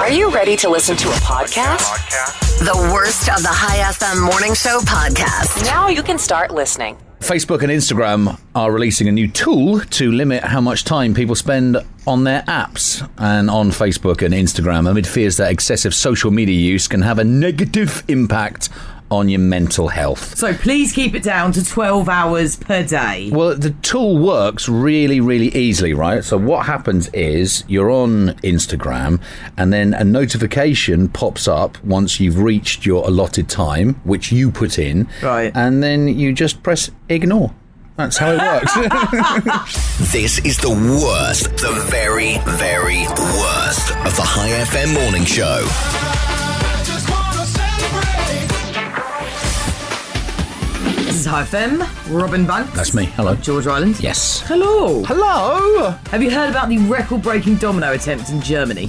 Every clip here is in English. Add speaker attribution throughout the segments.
Speaker 1: Are you ready to listen to a podcast?
Speaker 2: The worst of the High FM Morning Show podcast.
Speaker 1: Now you can start listening.
Speaker 3: Facebook and Instagram are releasing a new tool to limit how much time people spend on their apps and on Facebook and Instagram amid fears that excessive social media use can have a negative impact on your mental health.
Speaker 4: So please keep it down to 12 hours per day.
Speaker 3: Well, the tool works really, really easily, right? So, what happens is you're on Instagram, and then a notification pops up once you've reached your allotted time, which you put in.
Speaker 4: Right.
Speaker 3: And then you just press ignore. That's how it works.
Speaker 5: This is the worst, the very, very worst of the High FM morning show.
Speaker 4: This is High FM, Robin Banks.
Speaker 3: That's me. Hello.
Speaker 4: George Island.
Speaker 3: yes.
Speaker 4: Hello.
Speaker 3: Hello.
Speaker 4: Have you heard about the record breaking domino attempt in Germany?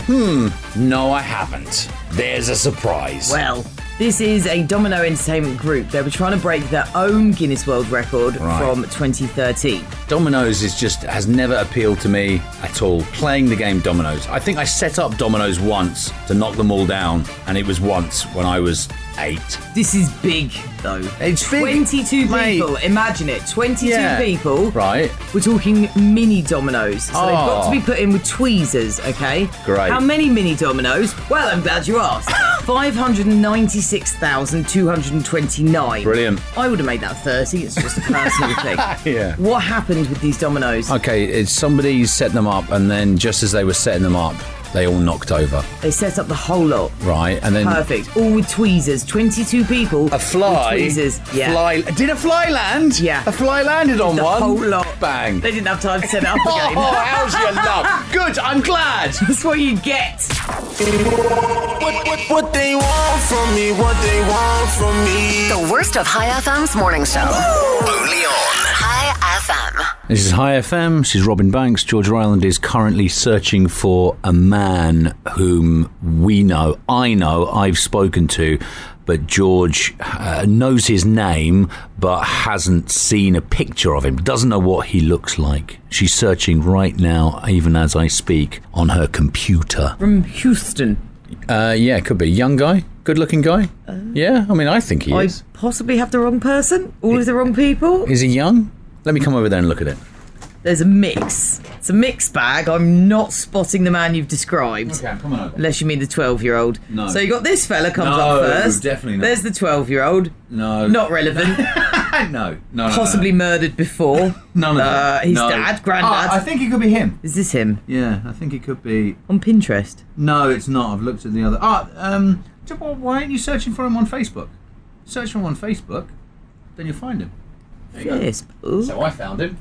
Speaker 3: No, I haven't. There's a surprise.
Speaker 4: Well, this is a domino entertainment group. They were trying to break their own Guinness World Record
Speaker 3: Right.
Speaker 4: from 2013.
Speaker 3: Dominoes is just has never appealed to me at all. Playing the game Dominoes. I think I set up Dominoes once to knock them all down, and it was once when I was eight.
Speaker 4: This is big, though.
Speaker 3: It's big,
Speaker 4: 22
Speaker 3: mate.
Speaker 4: people. Imagine it. 22
Speaker 3: Yeah.
Speaker 4: people.
Speaker 3: Right.
Speaker 4: We're talking mini dominoes. So they've got
Speaker 3: Oh.
Speaker 4: to be put in with tweezers, okay?
Speaker 3: Great.
Speaker 4: How many mini dominoes? Well, I'm glad you asked. 596,229.
Speaker 3: Brilliant.
Speaker 4: I would have made that 30. It's just a personal thing.
Speaker 3: Yeah.
Speaker 4: What happened with these dominoes?
Speaker 3: Okay, it's somebody set them up, and then just as they were setting them up, they all knocked over.
Speaker 4: They set up the whole lot.
Speaker 3: Right, and then
Speaker 4: Perfect. All with tweezers. 22 people.
Speaker 3: a fly.
Speaker 4: With tweezers. Yeah.
Speaker 3: Fly. Did a fly land?
Speaker 4: Yeah.
Speaker 3: A fly landed on
Speaker 4: The
Speaker 3: one.
Speaker 4: whole lot.
Speaker 3: Bang.
Speaker 4: They didn't have time to set it up again.
Speaker 3: oh, how's your luck? Good. I'm glad.
Speaker 4: That's what you get.
Speaker 6: What, what, what they want from me, what they want from me.
Speaker 2: The worst of High FM's Morning Show.
Speaker 5: Only on
Speaker 2: High FM.
Speaker 3: This is High FM. She's Robin Banks. George Ryland is currently searching for a man whom we know, I know, I've spoken to, but George uh, knows his name but hasn't seen a picture of him, doesn't know what he looks like. She's searching right now, even as I speak, on her computer.
Speaker 4: From Houston.
Speaker 3: Uh, yeah, could be. Young guy? Good looking guy? yeah, I mean, I think he
Speaker 4: Uh, I possibly have the wrong person? All of the wrong people?
Speaker 3: Is he young? Let me come over there and look at it.
Speaker 4: There's a mix. It's a mixed bag. I'm not spotting the man you've described.
Speaker 3: come on over.
Speaker 4: Unless you mean the 12 year old.
Speaker 3: No.
Speaker 4: So you got this fella
Speaker 3: No,
Speaker 4: comes up first.
Speaker 3: definitely not.
Speaker 4: There's the 12 year old.
Speaker 3: No.
Speaker 4: Not relevant.
Speaker 3: no, no,
Speaker 4: Possibly murdered before.
Speaker 3: None of
Speaker 4: Uh,
Speaker 3: that.
Speaker 4: his
Speaker 3: No.
Speaker 4: dad, granddad.
Speaker 3: Ah, I think it could be him.
Speaker 4: Is this him?
Speaker 3: Yeah, I think it could be.
Speaker 4: On Pinterest.
Speaker 3: No, it's not. I've looked at the other. Ah, um, do you know what- why aren't you searching for him on Facebook? Search for him on Facebook, then you'll find him.
Speaker 4: Yes. Ooh.
Speaker 3: So I found him.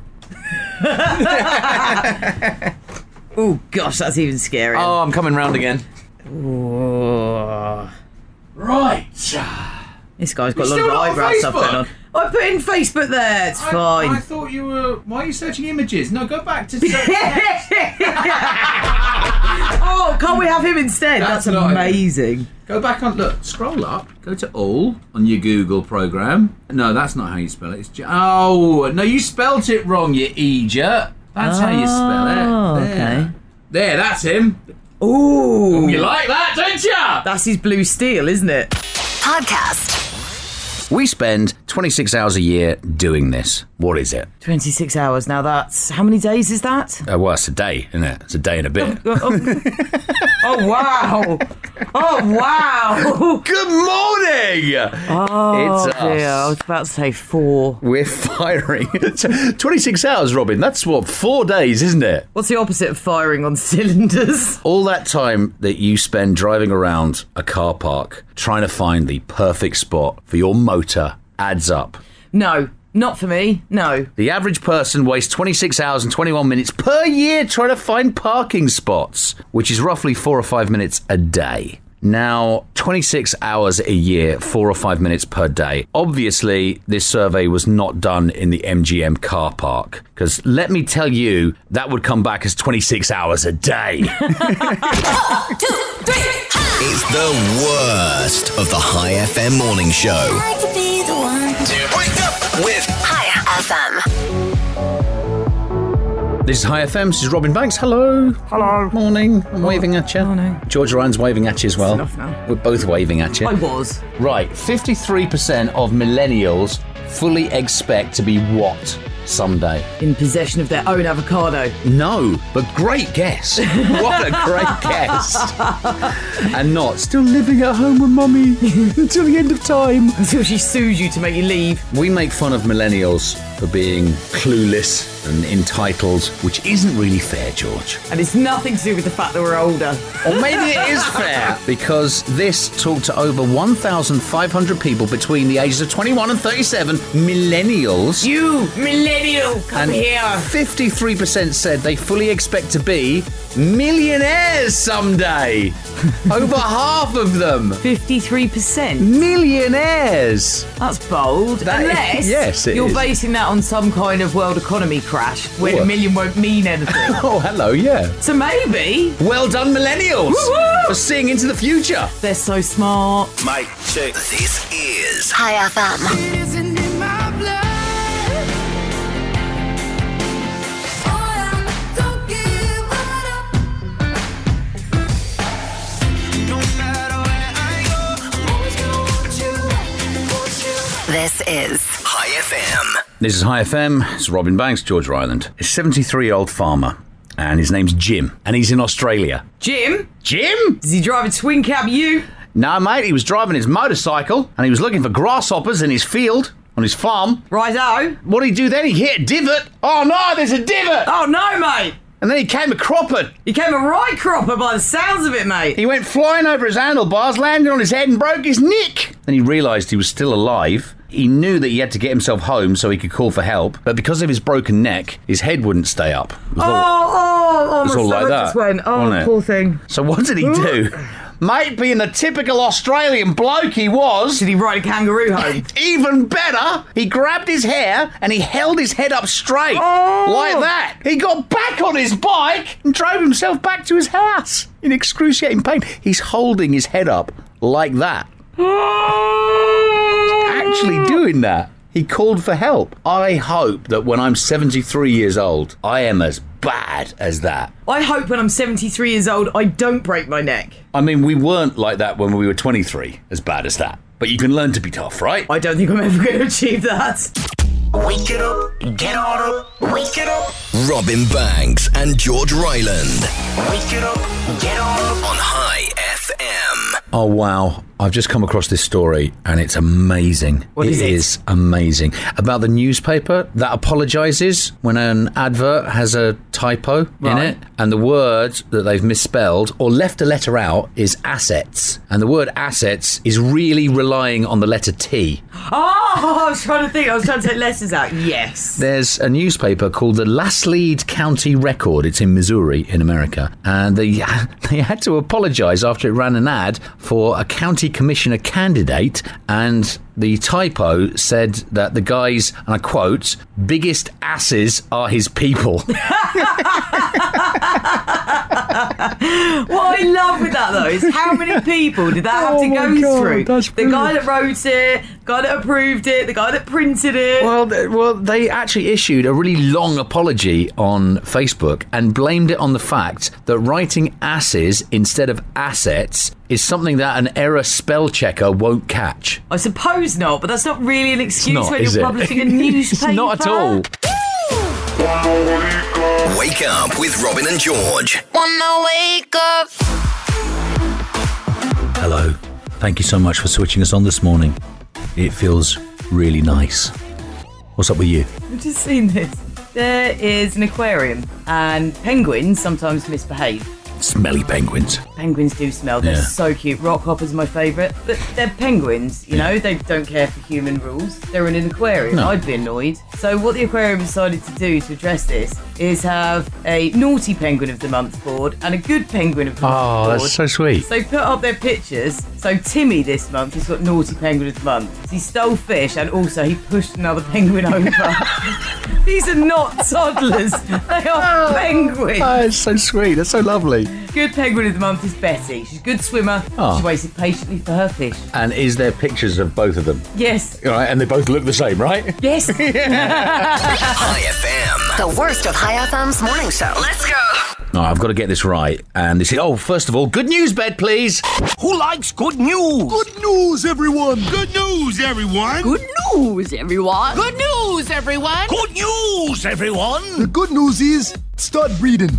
Speaker 4: Oh gosh, that's even scarier.
Speaker 3: Oh, I'm coming round again. Oh.
Speaker 4: Ooh.
Speaker 3: Right.
Speaker 4: This guy's got a lot
Speaker 3: still
Speaker 4: of
Speaker 3: not on
Speaker 4: eyebrow stuff
Speaker 3: Facebook?
Speaker 4: going on. I put in Facebook there. It's fine.
Speaker 3: I thought you were. Why are you searching images? No, go back to. Search.
Speaker 4: oh, can't we have him instead?
Speaker 3: That's
Speaker 4: That's,
Speaker 3: not-
Speaker 4: amazing.
Speaker 3: Go back on. Look, scroll up. Go to all on your Google program. No, that's not how you spell it. It's J- oh no, you spelt it wrong. You idiot. That's how you spell
Speaker 4: Oh,
Speaker 3: it. There.
Speaker 4: okay.
Speaker 3: There, that's him.
Speaker 4: Ooh.
Speaker 3: You like that, don't ya?
Speaker 4: That's his blue steel, isn't it?
Speaker 2: Podcast.
Speaker 3: We spend 26 hours a year doing this. What is it?
Speaker 4: 26 hours. Now that's. How many days is that?
Speaker 3: Uh, well, it's a day, isn't it? It's a day and a bit.
Speaker 4: Oh, wow. oh, wow.
Speaker 3: Good morning.
Speaker 4: Oh,
Speaker 3: It's us.
Speaker 4: dear. I was about to say four.
Speaker 3: We're firing. 26 hours, Robin. That's what four days, isn't it?
Speaker 4: What's the opposite of firing on cylinders?
Speaker 3: all that time that you spend driving around a car park trying to find the perfect spot for your motor adds up.
Speaker 4: No, not for me. No.
Speaker 3: The average person wastes 26 hours and 21 minutes per year trying to find parking spots, which is roughly four or five minutes a day. Now, 26 hours a year, four or five minutes per day. Obviously, this survey was not done in the MGM car park, because let me tell you, that would come back as 26 hours a day.
Speaker 5: It's the worst of the High FM morning show.
Speaker 7: I could be the one.
Speaker 5: Wake up with
Speaker 2: High FM.
Speaker 3: This is High FM. This is Robin Banks. Hello. Hello. Morning. I'm waving at you.
Speaker 7: Morning.
Speaker 3: George Ryan's waving at you as well.
Speaker 7: enough now.
Speaker 3: We're both waving at you.
Speaker 4: I was.
Speaker 3: Right, 53% of millennials fully expect to be what someday?
Speaker 4: In possession of their own avocado.
Speaker 3: No, but great guess. What a great guess. and not still living at home with mummy until the end of time.
Speaker 4: Until she sues you to make you leave.
Speaker 3: We make fun of millennials for being clueless and entitled, which isn't really fair, George.
Speaker 4: And it's nothing to do with the fact that we're older.
Speaker 3: Or maybe it is fair. Because this talked to over 1,500 people between the ages of 21 and 37, millennials.
Speaker 4: You millennial, come
Speaker 3: and
Speaker 4: here.
Speaker 3: 53% said they fully expect to be millionaires someday. Over half of them.
Speaker 4: 53%.
Speaker 3: Millionaires.
Speaker 4: That's bold.
Speaker 3: That is-
Speaker 4: Unless
Speaker 3: yes, it
Speaker 4: you're
Speaker 3: is.
Speaker 4: basing that on some kind of world economy crash where
Speaker 3: What?
Speaker 4: a million won't mean anything.
Speaker 3: Oh, hello, yeah.
Speaker 4: so maybe
Speaker 3: Well done, millennials,
Speaker 4: Woo-hoo!
Speaker 3: for seeing into the future.
Speaker 4: they're so smart.
Speaker 5: Mike, check. This is
Speaker 2: High FM.
Speaker 8: Isn't in my blood. Boy, I'm don't give it up.
Speaker 6: No matter where I go.
Speaker 8: Always gonna want you, want you.
Speaker 2: This is
Speaker 5: High FM.
Speaker 3: This is High FM. It's Robin Banks, George Island. A 73 year old farmer, and his name's Jim, and he's in Australia.
Speaker 4: Jim,
Speaker 3: Jim?
Speaker 4: does he drive a twin cab you?
Speaker 3: No, mate, he was driving his motorcycle, and he was looking for grasshoppers in his field on his farm.
Speaker 4: Righto.
Speaker 3: What did he do then? He hit a divot. Oh no, there's a divot!
Speaker 4: Oh no, mate.
Speaker 3: And then he came a cropper.
Speaker 4: You came a right cropper by the sounds of it, mate.
Speaker 3: He went flying over his handlebars, landed on his head, and broke his neck. Then he realised he was still alive. He knew that he had to get himself home so he could call for help, but because of his broken neck, his head wouldn't stay up. It was
Speaker 4: Oh,
Speaker 3: all-
Speaker 4: oh, oh,
Speaker 3: was
Speaker 4: my
Speaker 3: all like
Speaker 4: stomach
Speaker 3: that,
Speaker 4: just went. Oh,
Speaker 3: wasn't it?
Speaker 4: poor thing.
Speaker 3: So what did he do? Mate, being the typical Australian bloke he was,
Speaker 4: Did he ride a kangaroo home?
Speaker 3: even better, he grabbed his hair and he held his head up straight.
Speaker 4: Oh.
Speaker 3: Like that. He got back on his bike and drove himself back to his house in excruciating pain. He's holding his head up like that. Actually doing that. He called for help. I hope that when I'm 73 years old, I am as bad as that.
Speaker 4: I hope when I'm 73 years old, I don't break my neck.
Speaker 3: I mean, we weren't like that when we were 23, as bad as that. But you can learn to be tough, right?
Speaker 4: I don't think I'm ever going to achieve that.
Speaker 5: Wake it up, get on up, wake it up. Robin Banks and George Ryland. Wake it up, get on up on High FM.
Speaker 3: Oh, wow. I've just come across this story and it's amazing. What
Speaker 4: is it?
Speaker 3: is amazing. About the newspaper that apologises when an advert has a typo in
Speaker 4: Right.
Speaker 3: it and the word that they've misspelled or left a letter out is assets. And the word assets is really relying on the letter T.
Speaker 4: Oh, I was trying to think. I was trying to take letters out. Yes.
Speaker 3: There's a newspaper called the Lastlead County Record. It's in Missouri, in America, and they they had to apologise after it ran an ad for a county commissioner candidate, and the typo said that the guys, and I quote, "biggest asses are his people."
Speaker 4: What I love with that though is how many people did that have to go through? the guy that wrote it, guy that approved it, the guy that printed it.
Speaker 3: Well, th- well, they actually issued a really long apology on Facebook and blamed it on the fact that writing asses instead of assets is something that an error spell checker won't catch.
Speaker 4: I suppose not, but that's not really an excuse
Speaker 3: not,
Speaker 4: when
Speaker 3: is
Speaker 4: you're
Speaker 3: it?
Speaker 4: publishing a newspaper.
Speaker 3: It's not at all.
Speaker 5: Wake up with Robin and George.
Speaker 8: Wanna wake up.
Speaker 3: Hello. Thank you so much for switching us on this morning. It feels really nice. What's up with you?
Speaker 4: I've just seen this. There is an aquarium, and penguins sometimes misbehave.
Speaker 3: Smelly penguins.
Speaker 4: Penguins do smell. They're
Speaker 3: Yeah.
Speaker 4: so cute. Rockhoppers are my favourite, but they're penguins. You know, they don't care for human rules. They're in an aquarium.
Speaker 3: No.
Speaker 4: I'd be annoyed. So what the aquarium decided to do to address this is have a naughty penguin of the month board and a good penguin of the
Speaker 3: Oh,
Speaker 4: month board.
Speaker 3: sweet.
Speaker 4: So they put up their pictures. So Timmy this month, he's got naughty penguin of the month. He stole fish and also he pushed another penguin over. These are not toddlers. They are penguins.
Speaker 3: Oh, it's so sweet. That's so lovely.
Speaker 4: Good penguin of the month is Betty. She's a good swimmer.
Speaker 3: Oh.
Speaker 4: She waited patiently for her fish.
Speaker 3: And is there pictures of both of them?
Speaker 4: Yes.
Speaker 3: All right, and they both look the same, right?
Speaker 4: Yes.
Speaker 5: High FM.
Speaker 2: The worst of High FM's morning show. Let's go.
Speaker 3: No, I've got to get this right. And they said, oh, first of all, good news, bed, please.
Speaker 5: Who likes good news? Good news, everyone. Good news, everyone. Good
Speaker 7: news, everyone. Good news, everyone.
Speaker 5: good news, everyone.
Speaker 9: Good news is, start breeding.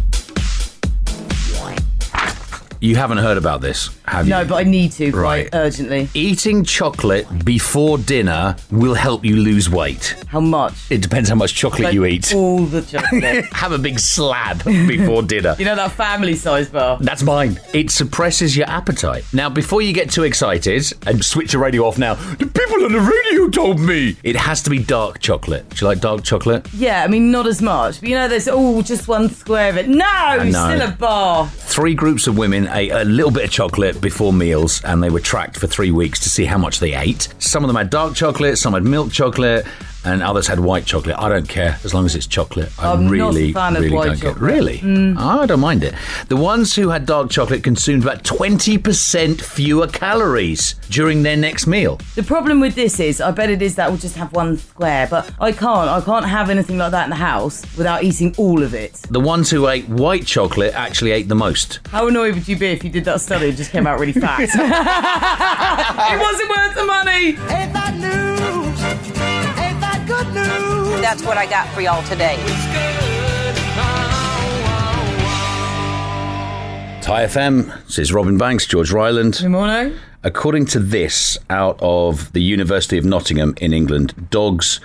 Speaker 3: You haven't heard about this, have you?
Speaker 4: No, but I need to
Speaker 3: Right.
Speaker 4: quite urgently.
Speaker 3: Eating chocolate before dinner will help you lose weight.
Speaker 4: How much?
Speaker 3: It depends how much chocolate you eat.
Speaker 4: All the chocolate.
Speaker 3: Have a big slab before dinner.
Speaker 4: you know that family size bar?
Speaker 3: That's mine. It suppresses your appetite. Now, before you get too excited and switch the radio off now, the people on the radio told me it has to be dark chocolate. Do you like dark chocolate?
Speaker 4: Yeah, I mean, not as much. But you know, there's, oh, just one square of it. No,
Speaker 3: know.
Speaker 4: still a bar.
Speaker 3: Three groups of women ate a little bit of chocolate before meals and they were tracked for three weeks to see how much they ate. Some of them had dark chocolate, some had milk chocolate, and others had white chocolate. I don't care as long as it's chocolate. I
Speaker 4: I'm not a
Speaker 3: really,
Speaker 4: fan of
Speaker 3: really
Speaker 4: white
Speaker 3: don't care.
Speaker 4: chocolate. Mm.
Speaker 3: Really? Ah, I don't mind it. The ones who had dark chocolate consumed about 20% fewer calories during their next meal.
Speaker 4: The problem with this is, I bet it is that we'll just have one square, but I can't. I can't have anything like that in the house without eating all of it.
Speaker 3: The ones who ate white chocolate actually ate the most.
Speaker 4: How annoyed would you be if you did that study and just came out really fat? it wasn't worth the money.
Speaker 7: Ain't that news? Ain't that good news?
Speaker 10: That's what I got for y'all today.
Speaker 3: Thai FM, this is Robin Banks, George Ryland.
Speaker 4: Morning.
Speaker 3: According to this, out of the University of Nottingham in England, dogs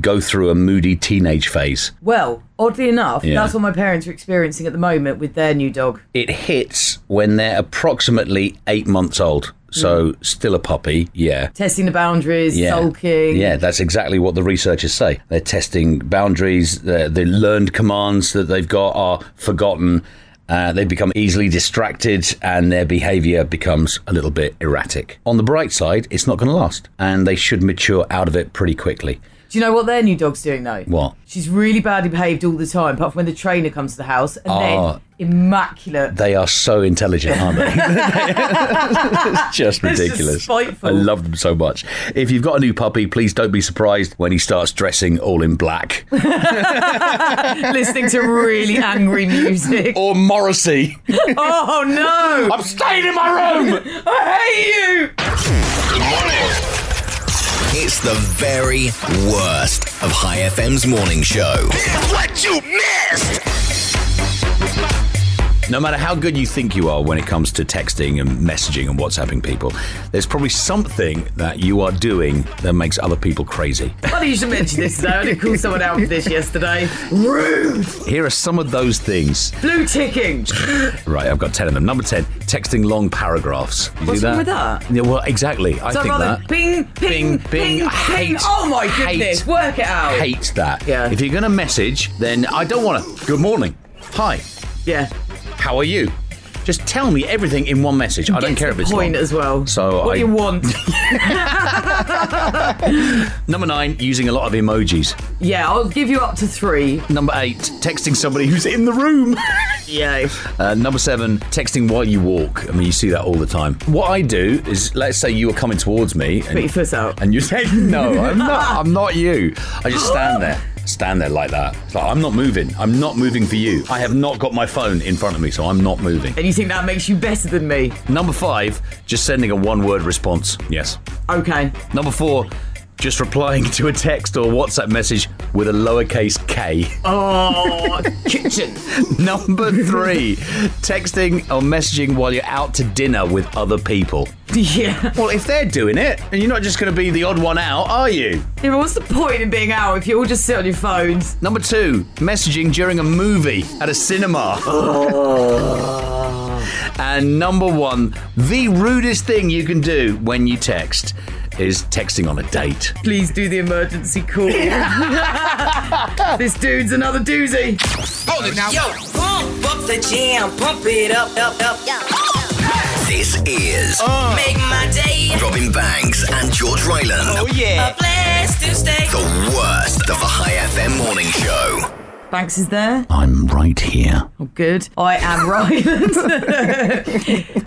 Speaker 3: go through a moody teenage phase.
Speaker 4: Well, oddly enough,
Speaker 3: Yeah.
Speaker 4: that's what my parents are experiencing at the moment with their new dog.
Speaker 3: It hits when they're approximately eight months old. So, still a puppy, yeah.
Speaker 4: Testing the boundaries,
Speaker 3: Yeah.
Speaker 4: sulking.
Speaker 3: Yeah, that's exactly what the researchers say. They're testing boundaries, the, the learned commands that they've got are forgotten. Uh, they become easily distracted and their behavior becomes a little bit erratic. On the bright side, it's not going to last and they should mature out of it pretty quickly.
Speaker 4: Do you know what their new dog's doing though?
Speaker 3: What?
Speaker 4: She's really badly behaved all the time, apart from when the trainer comes to the house, and
Speaker 3: Oh.
Speaker 4: then immaculate.
Speaker 3: They are so intelligent, aren't they? it's just
Speaker 4: It's just
Speaker 3: ridiculous.
Speaker 4: spiteful.
Speaker 3: I love them so much. If you've got a new puppy, please don't be surprised when he starts dressing all in black
Speaker 4: listening to really angry music.
Speaker 3: or Morrissey.
Speaker 4: Oh no!
Speaker 3: I'm staying in my room.
Speaker 4: I hate you!
Speaker 5: It's the very worst of High FM's morning show. Here's what you missed.
Speaker 3: No matter how good you think you are when it comes to texting and messaging and WhatsApping people, there's probably something that you are doing that makes other people crazy.
Speaker 4: Funny you should mention this though. I didn't call someone out for this yesterday.
Speaker 3: Here are some of those things.
Speaker 4: Blue ticking.
Speaker 3: Right, I've got 10 of them. Number 10, texting long paragraphs. You
Speaker 4: What's
Speaker 3: do that?
Speaker 4: wrong with that?
Speaker 3: Yeah, well, exactly. I
Speaker 4: So
Speaker 3: think
Speaker 4: rather
Speaker 3: that.
Speaker 4: ping,
Speaker 3: Bing,
Speaker 4: ping,
Speaker 3: bing.
Speaker 4: ping, ping.
Speaker 3: Hate,
Speaker 4: oh my
Speaker 3: hate,
Speaker 4: goodness! Work it out.
Speaker 3: Hate that.
Speaker 4: Yeah.
Speaker 3: If you're going to message, then I don't want to. Good morning. Hi.
Speaker 4: Yeah.
Speaker 3: How are you? Just tell me everything in one message. I don't
Speaker 4: Get
Speaker 3: care
Speaker 4: to
Speaker 3: if
Speaker 4: the
Speaker 3: it's
Speaker 4: point
Speaker 3: long.
Speaker 4: as well.
Speaker 3: So
Speaker 4: what
Speaker 3: I-
Speaker 4: you want?
Speaker 3: Number nine, using a lot of emojis.
Speaker 4: yeah, I'll give you up to three.
Speaker 3: Number eight, texting somebody who's in the room.
Speaker 4: Yeah.
Speaker 3: Uh, number seven, texting while you walk. I mean, you see that all the time. What I do is, let's say you were coming towards me,
Speaker 4: Put your
Speaker 3: and,
Speaker 4: foot out.
Speaker 3: and you say, "No, I'm not. I'm not you." I just stand there, stand there like that. It's like, I'm not moving. I'm not moving for you. I have not got my phone in front of me, so I'm not moving.
Speaker 4: And you think that makes you better than me?
Speaker 3: Number five, just sending a one-word response. Yes.
Speaker 4: Okay.
Speaker 3: Number four. Just replying to a text or WhatsApp message with a lowercase k.
Speaker 4: Oh, kitchen.
Speaker 3: Number three, texting or messaging while you're out to dinner with other people.
Speaker 4: Yeah.
Speaker 3: Well, if they're doing it, and you're not just going to be the odd one out, are you?
Speaker 4: Yeah, but what's the point in being out if you all just sit on your phones?
Speaker 3: Number two, messaging during a movie at a cinema. and number one, the rudest thing you can do when you text is texting on a date.
Speaker 4: Please do the emergency call. this dude's another doozy.
Speaker 5: Hold it now.
Speaker 10: Pump up the jam, pump it up, up, up.
Speaker 5: This is
Speaker 10: Make my day
Speaker 5: Robin Banks and George Ryland.
Speaker 10: a blast. Tuesday.
Speaker 5: The worst of the High FM morning show.
Speaker 4: Banks is there.
Speaker 3: I'm right here.
Speaker 4: Oh, good. I am Ryland.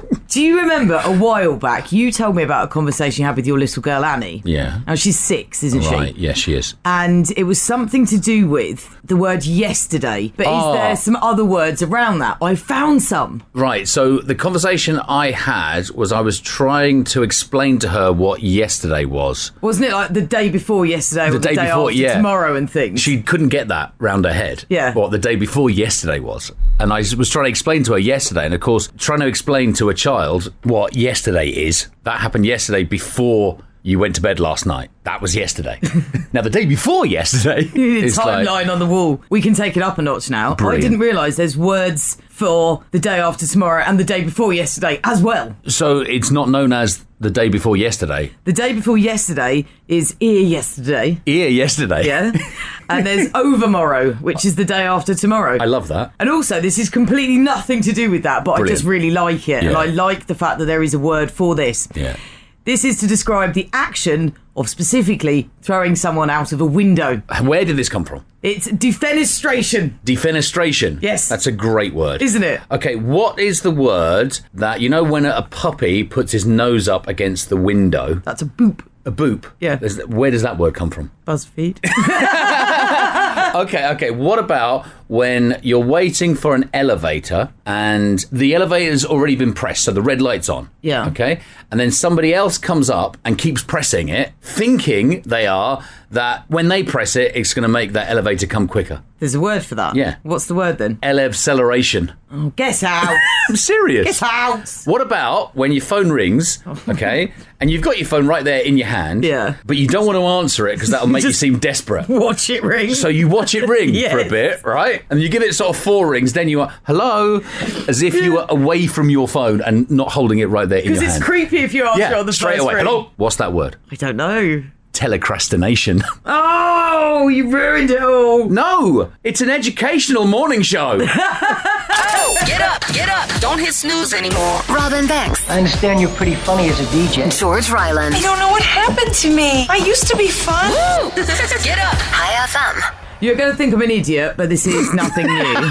Speaker 4: Do you remember a while back you told me about a conversation you had with your little girl Annie?
Speaker 3: Yeah.
Speaker 4: Now she's six, isn't
Speaker 3: Right.
Speaker 4: she?
Speaker 3: Yeah, she is.
Speaker 4: And it was something to do with the word yesterday. But
Speaker 3: Oh.
Speaker 4: is there some other words around that? I found some.
Speaker 3: Right. So the conversation I had was I was trying to explain to her what yesterday was.
Speaker 4: Wasn't it like the day before yesterday
Speaker 3: The
Speaker 4: or the
Speaker 3: day
Speaker 4: day,
Speaker 3: before,
Speaker 4: after
Speaker 3: yeah.
Speaker 4: tomorrow and things?
Speaker 3: She couldn't get that round her head.
Speaker 4: Yeah.
Speaker 3: What the day before yesterday was. And I was trying to explain to her yesterday. And of course, trying to explain to a child what yesterday is, that happened yesterday before you went to bed last night. That was yesterday. now, the day before yesterday
Speaker 4: The
Speaker 3: is
Speaker 4: timeline
Speaker 3: like.
Speaker 4: on the wall. We can take it up a notch now. I
Speaker 3: Brilliant.
Speaker 4: didn't realise there's words for the day after tomorrow and the day before yesterday as well.
Speaker 3: So it's not known as the day before yesterday.
Speaker 4: The day before yesterday is ear yesterday.
Speaker 3: Ear yesterday.
Speaker 4: Yeah. and there's overmorrow, which is the day after tomorrow.
Speaker 3: I love that.
Speaker 4: and also, this is completely nothing to do with that, but I
Speaker 3: Brilliant.
Speaker 4: just really like it. And
Speaker 3: Yeah.
Speaker 4: I like the fact that there is a word for this.
Speaker 3: Yeah.
Speaker 4: This is to describe the action of specifically throwing someone out of a window.
Speaker 3: Where did this come from?
Speaker 4: It's defenestration.
Speaker 3: Defenestration.
Speaker 4: Yes.
Speaker 3: That's a great word.
Speaker 4: Isn't it?
Speaker 3: Okay, what is the word that, you know, when a puppy puts his nose up against the window?
Speaker 4: That's a boop.
Speaker 3: A boop.
Speaker 4: Yeah.
Speaker 3: There's- Where does that word come from?
Speaker 4: BuzzFeed.
Speaker 3: Okay, okay. What about when you're waiting for an elevator and the elevator's already been pressed, so the red light's on?
Speaker 4: Yeah.
Speaker 3: Okay. And then somebody else comes up and keeps pressing it, thinking they are that when they press it, it's going to make that elevator come quicker.
Speaker 4: There's a word for that.
Speaker 3: Yeah.
Speaker 4: What's the word then?
Speaker 3: Elevceleration.
Speaker 4: Guess out.
Speaker 3: I'm serious.
Speaker 4: Guess out.
Speaker 3: What about when your phone rings, okay, and you've got your phone right there in your hand,
Speaker 4: Yeah.
Speaker 3: but you don't want to answer it because that'll make
Speaker 4: Just-
Speaker 3: you seem desperate.
Speaker 4: Watch it ring.
Speaker 3: So you watch it ring
Speaker 4: Yes.
Speaker 3: for a bit, right? And you give it sort of four rings, then you are hello, as if you were away from your phone and not holding it right there in your
Speaker 4: Because it's
Speaker 3: hand.
Speaker 4: creepy if you answer
Speaker 3: yeah,
Speaker 4: on the
Speaker 3: straight
Speaker 4: first
Speaker 3: away.
Speaker 4: ring.
Speaker 3: Hello. What's that word?
Speaker 4: I don't know.
Speaker 3: Telecrastination.
Speaker 4: Oh, you ruined it all.
Speaker 3: no, it's an educational morning show.
Speaker 2: Get up, get up. Don't hit snooze anymore. Robin Banks,
Speaker 11: I understand you're pretty funny as a DJ.
Speaker 2: George Ryland.
Speaker 10: I don't know what happened to me. I used to be fun.
Speaker 2: Get up. High FM.
Speaker 4: You're going to think I'm an idiot, but this is nothing new.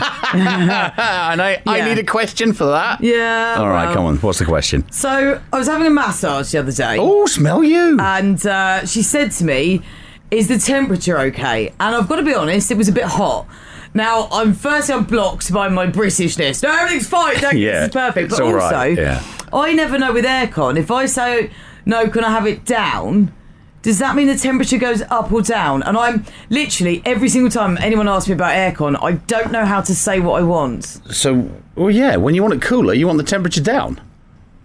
Speaker 3: and I, I
Speaker 4: Yeah.
Speaker 3: need a question for that.
Speaker 4: Yeah.
Speaker 3: All right, come on. What's the question?
Speaker 4: So I was having a massage the other day,
Speaker 3: Oh, smell you.
Speaker 4: and uh, she said to me, "Is the temperature okay?" And I've got to be honest, it was a bit hot. Now I'm first I'm blocked by my Britishness. No, everything's fine. Thank you,
Speaker 3: Yeah,
Speaker 4: this is perfect.
Speaker 3: it's
Speaker 4: But
Speaker 3: all
Speaker 4: also,
Speaker 3: right, yeah.
Speaker 4: I never know with aircon. If I say no, can I have it down? Does that mean the temperature goes up or down? And I'm literally every single time anyone asks me about aircon, I don't know how to say what I want.
Speaker 3: So, well, yeah, when you want it cooler, you want the temperature down.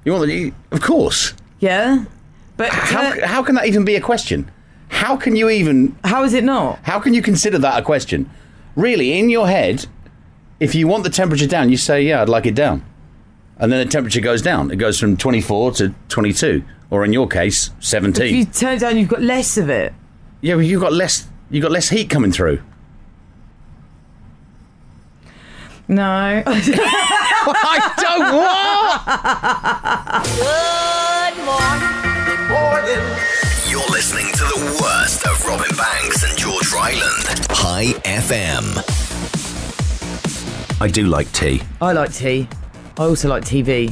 Speaker 3: You want the, of course.
Speaker 4: Yeah, but uh,
Speaker 3: How, how can that even be a question? How can you even,
Speaker 4: how is it not?
Speaker 3: how can you consider that a question? Really, in your head, if you want the temperature down, you say, yeah, I'd like it down. And then the temperature goes down. It goes from 24 to 22, or in your case,
Speaker 4: If you
Speaker 3: 17.
Speaker 4: turn it down, you've got less of it.
Speaker 3: Yeah, well, you've got less, you got less heat coming through.
Speaker 4: No.
Speaker 3: I don't want!
Speaker 5: You're listening to the worst of Robin Banks and George Ryland. High FM.
Speaker 3: I do like tea.
Speaker 4: I like tea. I also like TV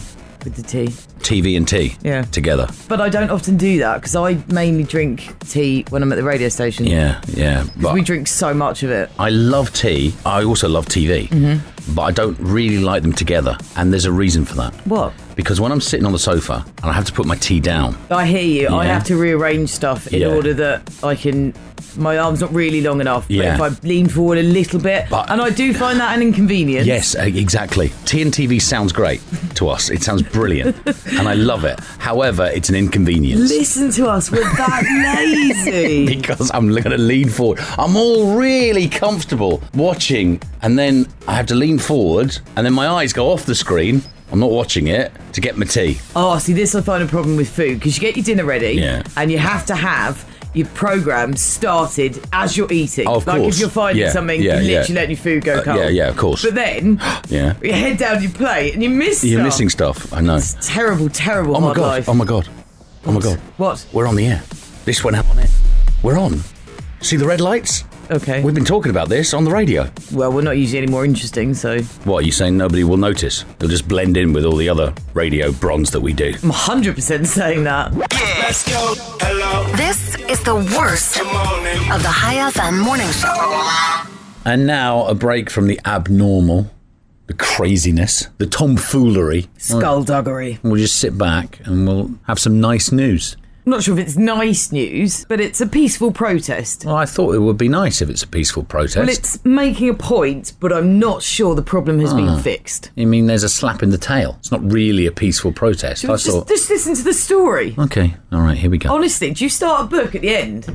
Speaker 4: with the tea.
Speaker 3: TV and tea.
Speaker 4: Yeah.
Speaker 3: Together.
Speaker 4: But I don't often do that because I mainly drink tea when I'm at the radio station.
Speaker 3: Yeah, yeah.
Speaker 4: We drink so much of it.
Speaker 3: I love tea. I also love TV, but I don't really like them together. And there's a reason for that.
Speaker 4: What?
Speaker 3: Because when I'm sitting on the sofa and I have to put my tea down,
Speaker 4: I hear you. I
Speaker 3: Yeah.
Speaker 4: have to rearrange stuff in
Speaker 3: Yeah.
Speaker 4: order that I can. My arm's not really long enough, but
Speaker 3: Yeah.
Speaker 4: if I lean forward a little bit,
Speaker 3: But-
Speaker 4: and I do find that an inconvenience.
Speaker 3: yes, uh, exactly. Tea and TV sounds great to us. It sounds brilliant, and I love it. However, it's an inconvenience.
Speaker 4: Listen to us. We're that lazy.
Speaker 3: because I'm going to lean forward. I'm all really comfortable watching, and then I have to lean forward, and then my eyes go off the screen. I'm not watching it to get my tea.
Speaker 4: Oh, see, this I find a problem with food because you get your dinner ready,
Speaker 3: Yeah.
Speaker 4: and you have to have your program started as you're eating.
Speaker 3: Oh, of
Speaker 4: like
Speaker 3: course.
Speaker 4: if you're finding
Speaker 3: Yeah,
Speaker 4: something,
Speaker 3: yeah,
Speaker 4: you're literally
Speaker 3: yeah.
Speaker 4: letting your food go
Speaker 3: Uh,
Speaker 4: cold.
Speaker 3: yeah, yeah, of course.
Speaker 4: But then
Speaker 3: Yeah.
Speaker 4: you head down your plate and you miss.
Speaker 3: You're
Speaker 4: stuff.
Speaker 3: missing stuff. I know.
Speaker 4: It's terrible, terrible
Speaker 3: Oh my
Speaker 4: hard
Speaker 3: god!
Speaker 4: life.
Speaker 3: Oh my god! Oh my god!
Speaker 4: What?
Speaker 3: We're on the air. This went out on it. We're on. See the red lights?
Speaker 4: Okay.
Speaker 3: We've been talking about this on the radio.
Speaker 4: Well, we're not usually any more interesting, so.
Speaker 3: What, are you saying nobody will notice? You'll just blend in with all the other radio bronze that we do.
Speaker 4: I'm 100% saying that.
Speaker 6: Let's go. Hello.
Speaker 2: This is the worst of the High FM morning show.
Speaker 3: And now a break from the abnormal, the craziness, the tomfoolery.
Speaker 4: Skullduggery.
Speaker 3: We'll just sit back and we'll have some nice news.
Speaker 4: I'm not sure if it's nice news, but it's a peaceful protest.
Speaker 3: Well, I thought it would be nice if it's a peaceful protest.
Speaker 4: Well, it's making a point, but I'm not sure the problem has
Speaker 3: Ah.
Speaker 4: been fixed.
Speaker 3: You mean there's a slap in the tail? It's not really a peaceful protest. I
Speaker 4: Just, Oh,
Speaker 3: thought.
Speaker 4: just listen to the story.
Speaker 3: Okay, all right, here we go.
Speaker 4: Honestly, do you start a book at the end?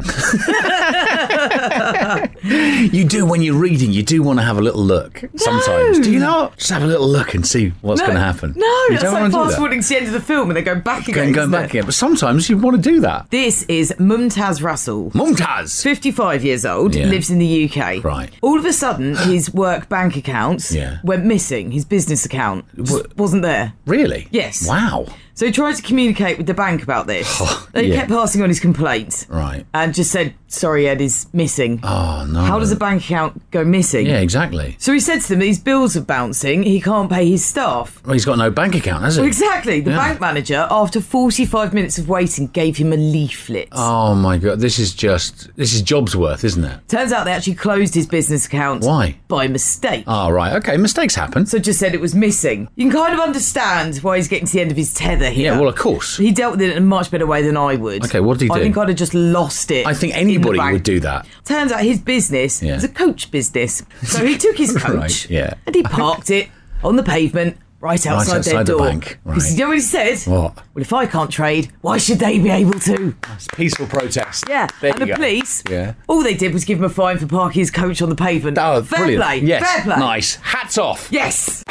Speaker 3: You do when you're reading. You do want to have a little look sometimes. Do you not? Just have a little look and see what's
Speaker 4: No.
Speaker 3: going to happen.
Speaker 4: No,
Speaker 3: you
Speaker 4: that's
Speaker 3: don't
Speaker 4: like
Speaker 3: want to
Speaker 4: fast
Speaker 3: do that.
Speaker 4: forwarding to the end of the film and then going back again.
Speaker 3: Going, going
Speaker 4: isn't
Speaker 3: back
Speaker 4: it?
Speaker 3: again, but sometimes you want to do that.
Speaker 4: This is Mumtaz Russell.
Speaker 3: Mumtaz.
Speaker 4: 55 years old,
Speaker 3: Yeah.
Speaker 4: lives in the UK.
Speaker 3: Right.
Speaker 4: All of a sudden, his work bank accounts
Speaker 3: Yeah.
Speaker 4: went missing. His business account just
Speaker 3: What?
Speaker 4: wasn't there.
Speaker 3: Really?
Speaker 4: Yes.
Speaker 3: Wow.
Speaker 4: So he tried to communicate with the bank about this. they
Speaker 3: Oh, yeah.
Speaker 4: kept passing on his complaint
Speaker 3: Right.
Speaker 4: and just said, sorry, Ed is missing.
Speaker 3: Oh no.
Speaker 4: How does a bank account go missing?
Speaker 3: Yeah, exactly.
Speaker 4: So he said to them, these bills are bouncing, he can't pay his staff.
Speaker 3: Well, he's got no bank account, has he?
Speaker 4: Well, exactly. The
Speaker 3: Yeah.
Speaker 4: bank manager, after 45 minutes of waiting, gave him a leaflet.
Speaker 3: Oh my god, this is just this is jobs worth, isn't it?
Speaker 4: Turns out they actually closed his business account.
Speaker 3: Why?
Speaker 4: By mistake.
Speaker 3: Oh right, okay, mistakes happen.
Speaker 4: So just said it was missing. You can kind of understand why he's getting to the end of his tether here.
Speaker 3: yeah, well, of course.
Speaker 4: he dealt with it in a much better way than I would.
Speaker 3: Okay, what did he
Speaker 4: I
Speaker 3: do?
Speaker 4: think I'd have just lost it.
Speaker 3: I think
Speaker 4: in the
Speaker 3: anybody
Speaker 4: bank.
Speaker 3: would do that.
Speaker 4: Turns out his business
Speaker 3: Yeah.
Speaker 4: was a coach business. So he took his coach
Speaker 3: Right, yeah.
Speaker 4: and he parked it on the pavement right outside, their
Speaker 3: outside the
Speaker 4: door.
Speaker 3: bank, right.
Speaker 4: Because You know what he said?
Speaker 3: What?
Speaker 4: Well, if I can't trade, why should they be able to?
Speaker 3: It's peaceful protest.
Speaker 4: Yeah.
Speaker 3: There
Speaker 4: and
Speaker 3: you
Speaker 4: the
Speaker 3: go.
Speaker 4: police,
Speaker 3: Yeah.
Speaker 4: all they did was give him a fine for parking his coach on the pavement.
Speaker 3: Oh,
Speaker 4: fair
Speaker 3: brilliant.
Speaker 4: play.
Speaker 3: Yes.
Speaker 4: Fair play.
Speaker 3: Nice. Hats off.
Speaker 4: Yes.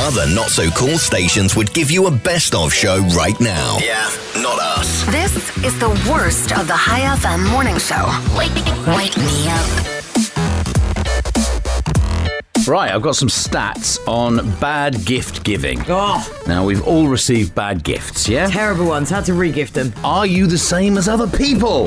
Speaker 5: Other not so cool stations would give you a best of show right now. Yeah, not us.
Speaker 2: This is the worst of the High FM morning show. Wake, wake me up.
Speaker 3: Right, I've got some stats on bad gift giving.
Speaker 4: Oh,
Speaker 3: Now, we've all received bad gifts, yeah?
Speaker 4: terrible ones. Had to regift them.
Speaker 3: Are you the same as other people?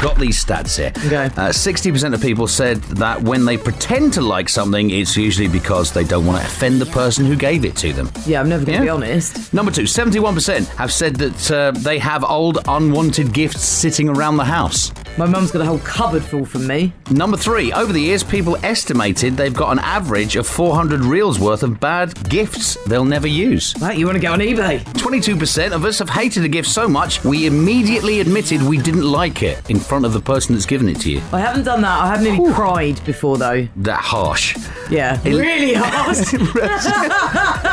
Speaker 3: Got these stats here.
Speaker 4: Okay.
Speaker 3: Uh, 60% of people said that when they pretend to like something, it's usually because they don't want to offend the person who gave it to them.
Speaker 4: Yeah, I'm never going
Speaker 3: Yeah.
Speaker 4: to be honest.
Speaker 3: Number two, 71% have said that uh, they have old unwanted gifts sitting around the house.
Speaker 4: My mum's got a whole cupboard full from me.
Speaker 3: Number three, over the years, people estimated they've got an average of 400 reels worth of bad gifts they'll never use.
Speaker 4: Right, you want to go on eBay?
Speaker 3: 22% of us have hated a gift so much we immediately admitted we didn't like it in front of the person that's given it to you.
Speaker 4: I haven't done that. I have nearly cried before though.
Speaker 3: That harsh.
Speaker 4: Yeah,
Speaker 3: It-
Speaker 4: really hard.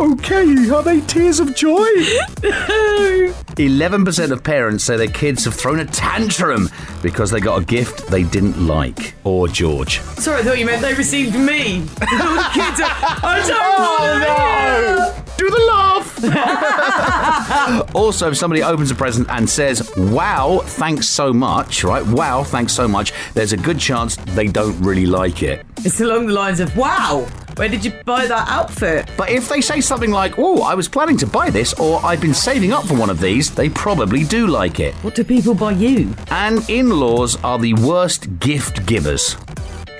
Speaker 3: Okay, are they tears of joy? 11% of parents say their kids have thrown a tantrum because they got a gift they didn't like. Or George.
Speaker 4: Sorry, I thought you meant they received me. All the kids are, I
Speaker 3: Oh,
Speaker 4: don't know.
Speaker 3: Do the laugh! also, if somebody opens a present and says, wow, thanks so much, right? Wow, thanks so much, there's a good chance they don't really like it.
Speaker 4: It's along the lines of, "Wow, where did you buy that outfit?"
Speaker 3: But if they say something like, oh, I was planning to buy this, or I've been saving up for one of these, they probably do like it.
Speaker 4: What do people buy you?
Speaker 3: And in laws are the worst gift givers.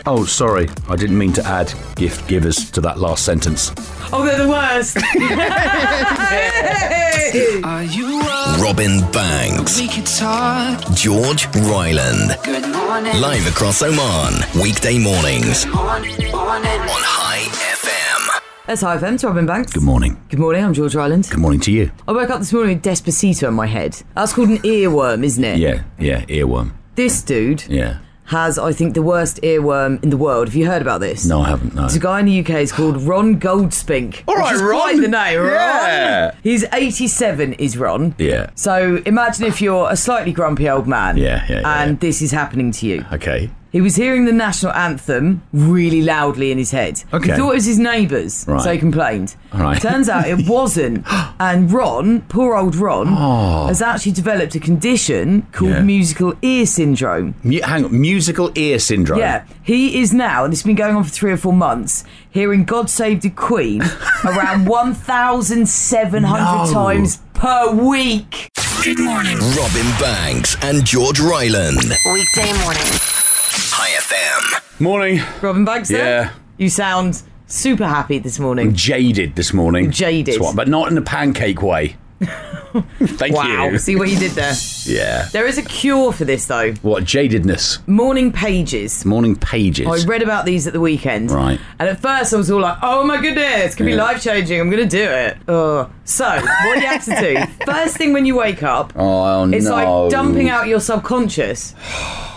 Speaker 3: Oh, sorry, I didn't mean to add gift givers to that last sentence.
Speaker 4: Oh, they're the worst. Hey!
Speaker 7: Are you up?
Speaker 5: Robin Banks,
Speaker 7: We could talk.
Speaker 5: George Ryland.
Speaker 7: Good morning.
Speaker 5: Live across Oman, weekday mornings on
Speaker 7: Morning, morning.
Speaker 5: High FM.
Speaker 4: That's hi, FM. It's Robin Banks.
Speaker 3: Good morning.
Speaker 4: Good morning. I'm George Ireland.
Speaker 3: Good morning to you.
Speaker 4: I woke up this morning with Despacito in my head. That's called an earworm, isn't it?
Speaker 3: Yeah, yeah, earworm.
Speaker 4: This dude.
Speaker 3: Yeah.
Speaker 4: has, I think, the worst earworm in the world. Have you heard about this?
Speaker 3: No, I haven't, no.
Speaker 4: There's a guy in the UK. He's called Ron Goldspink.
Speaker 3: All
Speaker 4: which
Speaker 3: right,
Speaker 4: is
Speaker 3: Ron.
Speaker 4: Quite the name, Ron.
Speaker 3: Yeah.
Speaker 4: He's 87. Is Ron?
Speaker 3: Yeah.
Speaker 4: So imagine if you're a slightly grumpy old man.
Speaker 3: Yeah, yeah, yeah,
Speaker 4: and
Speaker 3: yeah.
Speaker 4: this is happening to you.
Speaker 3: Okay.
Speaker 4: He was hearing the national anthem really loudly in his head.
Speaker 3: Okay.
Speaker 4: He thought it was his neighbours,
Speaker 3: Right.
Speaker 4: so he complained.
Speaker 3: All right.
Speaker 4: Turns out it wasn't. And Ron, poor old Ron, has actually developed a condition called
Speaker 3: Oh. Yeah.
Speaker 4: musical ear syndrome.
Speaker 3: Mu- hang on, musical ear syndrome.
Speaker 4: Yeah, he is now, and it's been going on for three or four months, hearing God Save the Queen around 1,700
Speaker 3: No.
Speaker 4: times per week.
Speaker 5: Weekday morning. Robin Banks and George Ryland.
Speaker 1: Weekday morning.
Speaker 5: High FM.
Speaker 3: Morning.
Speaker 4: Robin Banks there?
Speaker 3: Yeah.
Speaker 4: You sound super happy this morning.
Speaker 3: Jaded this morning.
Speaker 4: Jaded.
Speaker 3: That's what- but not in a pancake way. Thank
Speaker 4: wow.
Speaker 3: you.
Speaker 4: See what you did there.
Speaker 3: Yeah.
Speaker 4: There is a cure for this though.
Speaker 3: What jadedness?
Speaker 4: Morning pages.
Speaker 3: Morning pages.
Speaker 4: I read about these at the weekend.
Speaker 3: Right.
Speaker 4: And at first I was all like, oh my goodness, could be
Speaker 3: Yeah.
Speaker 4: life changing. I'm going to do it. Oh. So, what you have to do, first thing when you wake up,
Speaker 3: Oh
Speaker 4: it's
Speaker 3: no.
Speaker 4: like dumping out your subconscious.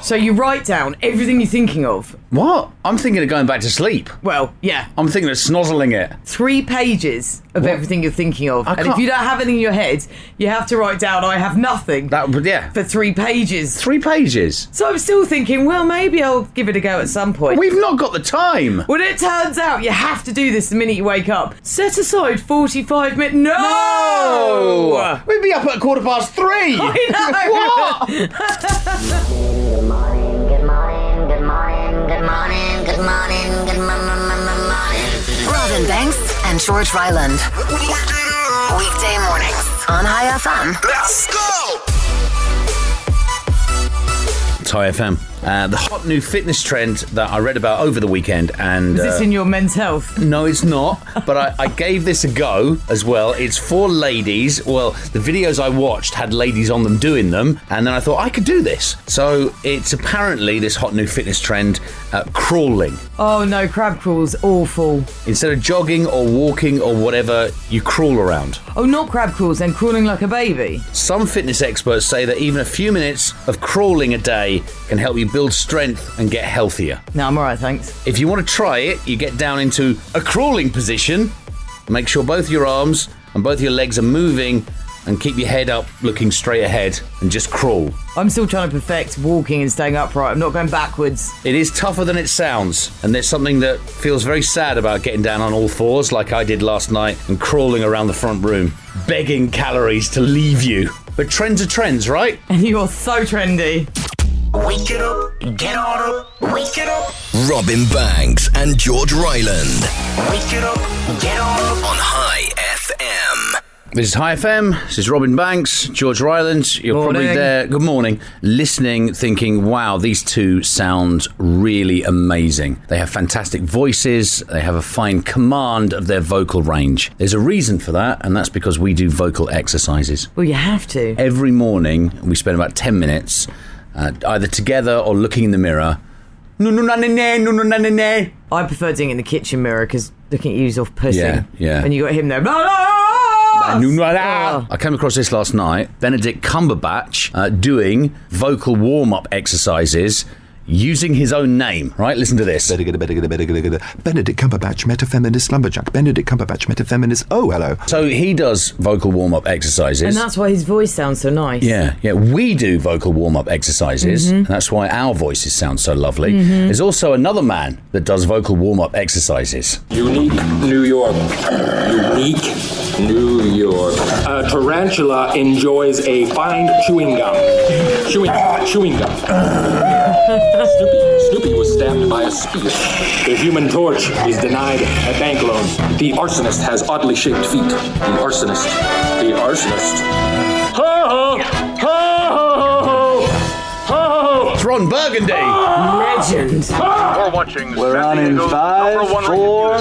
Speaker 4: So you write down everything you're thinking of.
Speaker 3: What? I'm thinking of going back to sleep.
Speaker 4: Well, yeah.
Speaker 3: I'm thinking of snozzling it.
Speaker 4: Three pages of
Speaker 3: What?
Speaker 4: everything you're thinking of.
Speaker 3: I
Speaker 4: and if
Speaker 3: can't-
Speaker 4: you don't have anything in your head, you have to write down, I have nothing
Speaker 3: That would yeah.
Speaker 4: for three pages.
Speaker 3: Three pages.
Speaker 4: So I'm still thinking, well, maybe I'll give it a go at some point.
Speaker 3: We've not got the time.
Speaker 4: Well, it turns out you have to do this the minute you wake up. Set aside 45 minutes. No!
Speaker 3: No! We'd be up at quarter past three.
Speaker 4: I know!
Speaker 2: Robin Banks and George Ryland. Weekday mornings on High FM.
Speaker 5: Let's go!
Speaker 3: Thai FM. Uh, the hot new fitness trend that I read about over the weekend, and
Speaker 4: Is this
Speaker 3: uh,
Speaker 4: in your men's health?
Speaker 3: no, it's not. But I, I gave this a go as well. It's for ladies. Well, the videos I watched had ladies on them doing them, and then I thought I could do this. So it's apparently this hot new fitness trend, uh, crawling.
Speaker 4: Oh no, crab crawl's awful.
Speaker 3: Instead of jogging or walking or whatever, you crawl around.
Speaker 4: Oh, not crab crawls, then crawling like a baby.
Speaker 3: Some fitness experts say that even a few minutes of crawling a day can help you build strength and get healthier.
Speaker 4: No, I'm alright, thanks.
Speaker 3: If you want to try it, you get down into a crawling position. Make sure both your arms and both your legs are moving and keep your head up looking straight ahead and just crawl.
Speaker 4: I'm still trying to perfect walking and staying upright. I'm not going backwards.
Speaker 3: It is tougher than it sounds, and there's something that feels very sad about getting down on all fours like I did last night and crawling around the front room, begging calories to leave you. But trends are trends, right?
Speaker 4: And you are so trendy.
Speaker 6: Wake it up, get on up, wake it up,
Speaker 5: Robin Banks and George Ryland
Speaker 6: wake it up, get on up.
Speaker 5: on High FM.
Speaker 3: This is High FM. This is Robin Banks, George Rylands. You're probably
Speaker 4: Morning.
Speaker 3: there. Good morning. Listening, thinking, wow, these two sound really amazing. They have fantastic voices. They have a fine command of their vocal range. There's a reason for that, and that's because we do vocal exercises.
Speaker 4: Well, you have to.
Speaker 3: Every morning, we spend about 10 minutes uh, either together or looking in the mirror. No, no, no, no, no, no, no, no, no, no.
Speaker 4: I prefer doing it in the kitchen mirror because looking at you's off pussy.
Speaker 3: Yeah, yeah.
Speaker 4: And you got him there.
Speaker 3: I knew not that.
Speaker 4: Oh.
Speaker 3: I came across this last night. Benedict Cumberbatch uh, doing vocal warm up exercises using his own name. Right, listen to this.
Speaker 12: Benedict Cumberbatch met a feminist lumberjack. Benedict Cumberbatch met a feminist. Oh, hello.
Speaker 3: So he does vocal warm up
Speaker 4: And
Speaker 3: exercises.
Speaker 4: that's why his voice sounds so nice.
Speaker 3: yeah, yeah. We do vocal warm up exercises.
Speaker 4: Mm-hmm.
Speaker 3: And that's why our voices sound so lovely. There's also another man that does vocal warm up exercises.
Speaker 13: Unique New York. Unique New York. A tarantula enjoys a fine chewing gum. Chewing, chewing gum. Snoopy, Snoopy was stabbed by a spear. The human torch is denied a bank loan. The arsonist has oddly shaped feet. The arsonist. The arsonist. Ho ho! Ho ho ho! Ho ho!
Speaker 3: It's Ron Burgundy.
Speaker 4: Ah! Legend.
Speaker 14: We're watching. We're on in five, four,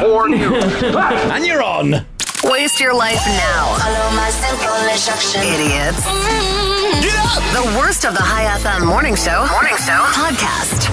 Speaker 14: four news.
Speaker 3: And you're on.
Speaker 2: Waste your life now. Follow my simple instructions. Idiots. The worst of the High FM morning show. Morning show. Podcast.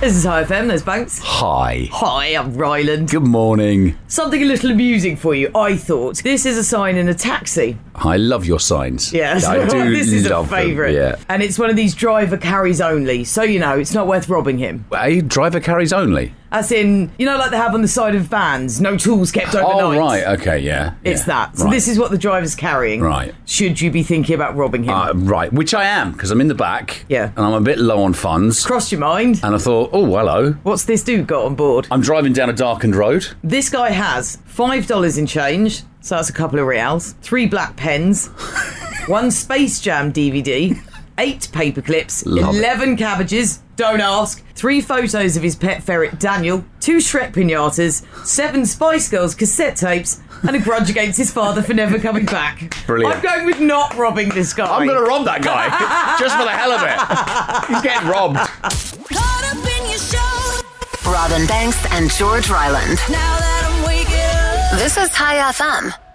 Speaker 4: This is High FM, there's Banks.
Speaker 3: Hi.
Speaker 4: Hi, I'm Ryland.
Speaker 3: Good morning.
Speaker 4: Something a little amusing for you, I thought. This is a sign in a taxi.
Speaker 3: I love your signs.
Speaker 4: Yes,
Speaker 3: I do
Speaker 4: this is
Speaker 3: love
Speaker 4: a
Speaker 3: them,
Speaker 4: favourite.
Speaker 3: Yeah.
Speaker 4: And it's one of these driver carries only, so you know, it's not worth robbing him.
Speaker 3: A driver carries only.
Speaker 4: As in, you know, like they have on the side of vans, no tools kept overnight.
Speaker 3: Oh right, okay, yeah.
Speaker 4: It's
Speaker 3: yeah,
Speaker 4: that. So
Speaker 3: right.
Speaker 4: this is what the driver's carrying.
Speaker 3: Right.
Speaker 4: Should you be thinking about robbing him?
Speaker 3: Uh, right, which I am because I'm in the back.
Speaker 4: Yeah.
Speaker 3: and I'm a bit low on funds.
Speaker 4: Crossed your mind.
Speaker 3: And I thought, oh hello.
Speaker 4: What's this dude got on board?
Speaker 3: I'm driving down a darkened road.
Speaker 4: This guy has five dollars in change, so that's a couple of reals, three black pens, one Space Jam DVD, eight paper clips,
Speaker 3: Love it.
Speaker 4: eleven cabbages, don't ask, three photos of his pet ferret Daniel, two Shrek pinatas, seven Spice Girls cassette tapes, and a grudge against his father for never coming back.
Speaker 3: Brilliant.
Speaker 4: I'm going with not robbing this guy.
Speaker 3: I'm going to rob that guy just for the hell of it. He's getting robbed.
Speaker 2: Robin Banks and George Ryland.
Speaker 8: Now that I'm waking up.
Speaker 2: This is High FM.